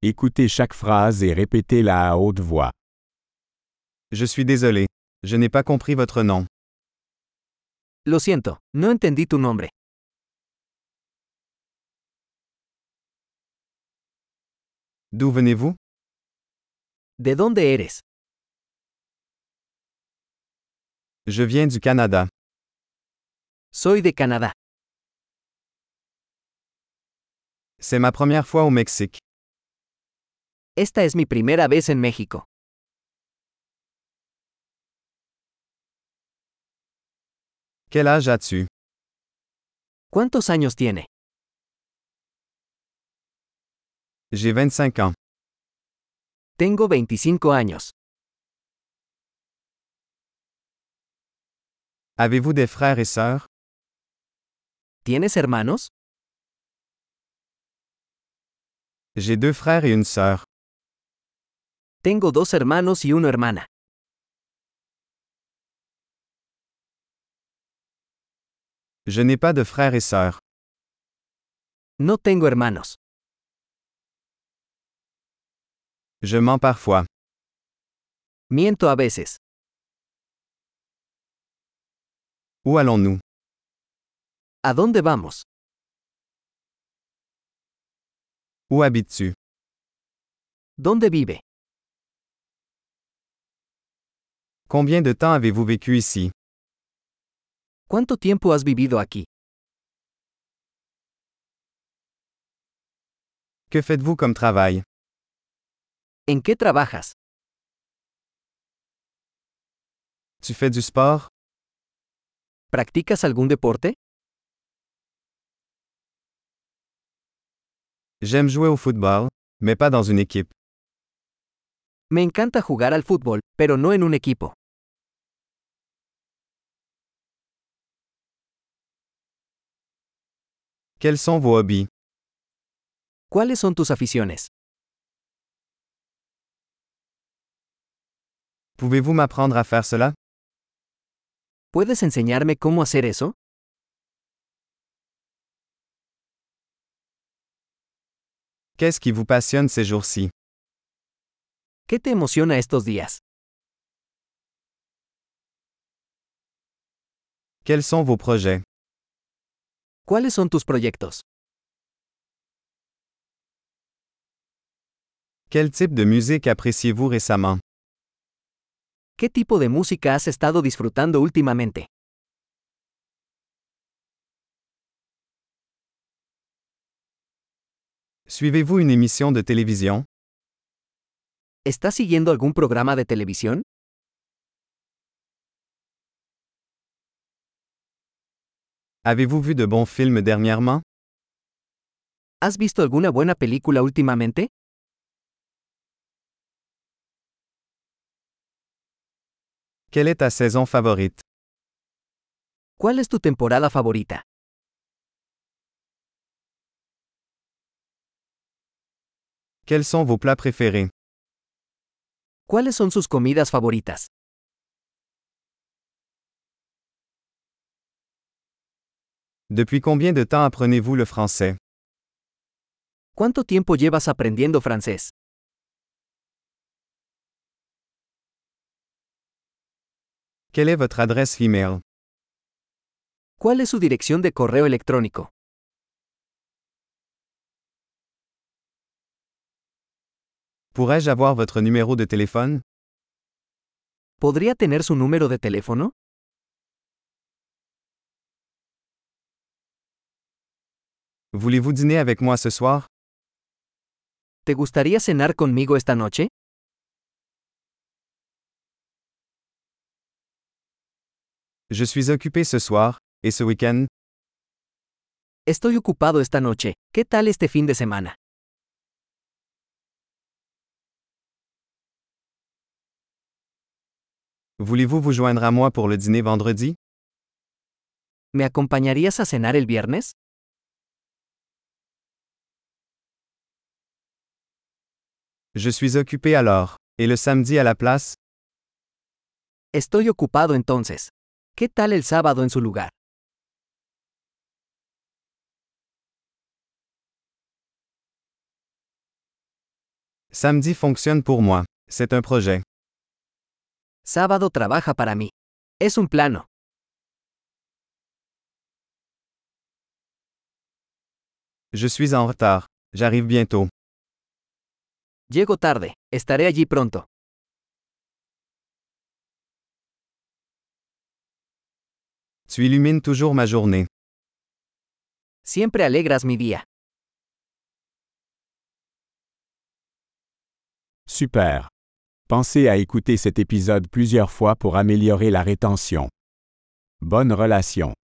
Écoutez chaque phrase et répétez-la à haute voix. Je suis désolé. Je n'ai pas compris votre nom. Lo siento, no entendí tu nombre. D'où venez-vous ¿De dónde eres? Je viens du Canada. Soy de Canadá. C'est ma première fois au Mexique. Esta es mi primera vez en México. Quel âge as-tu ¿Cuántos años tiene? J'ai 25 ans. Tengo 25 años. Avez-vous des frères et sœurs ¿Tienes hermanos? J'ai deux frères et une sœur. Tengo dos hermanos y una hermana. Je n'ai pas de frères et sœurs. No tengo hermanos. Je mens parfois. Miento a veces. Où allons-nous ¿A dónde vamos? Où habites-tu ¿Dónde vive? Combien de temps avez-vous vécu ici ¿Cuánto tiempo has vivido aquí? Que faites-vous comme travail ¿En qué trabajas? Tu fais du sport ¿Practicas algún deporte? J'aime jouer au football, mais pas dans une équipe. Me encanta jugar al fútbol, pero no en un equipo. Quels sont vos hobbies ¿Cuáles son tus aficiones? Pouvez-vous m'apprendre à faire cela ¿Puedes enseñarme cómo hacer eso? Qu'est-ce qui vous passionne ces jours-ci ¿Qué te emociona estos días? Quels sont vos projets ¿Cuáles son tus proyectos? Quel type de musique appréciez-vous récemment ¿Qué tipo de música has estado disfrutando últimamente? Suivez-vous une émission de télévision ¿Estás siguiendo algún programa de televisión? Avez-vous vu de bons films dernièrement ¿Has visto alguna buena película últimamente? Quelle est ta saison favorite ¿Cuál es tu temporada favorita? Quels sont vos plats préférés ¿Cuáles son sus comidas favoritas? Depuis combien de temps apprenez-vous le français ¿Cuánto tiempo llevas aprendiendo francés? Quelle est votre adresse e-mail ¿Cuál es su dirección de correo electrónico? Pourrais-je avoir votre numéro de téléphone ¿Podría tener su número de teléfono? Voulez-vous dîner avec moi ce soir ¿Te gustaría cenar conmigo esta noche? Je suis occupé ce soir et ce week-end. Estoy ocupado esta noche. ¿Qué tal este fin de semana? Voulez-vous vous joindre à moi pour le dîner vendredi ¿Me acompañarías a cenar el viernes? Je suis occupé alors. Et le samedi à la place Estoy ocupado entonces. ¿Qué tal el sábado en su lugar? Samedi fonctionne pour moi. C'est un projet. Sábado trabaja para mí. Es un plano. Je suis en retard. J'arrive bientôt. Llego tarde, estaré allí pronto. Tu illumines toujours ma journée. Siempre alegras mi día. Super. Pensez à écouter cet épisode plusieurs fois pour améliorer la rétention. Bonne relation.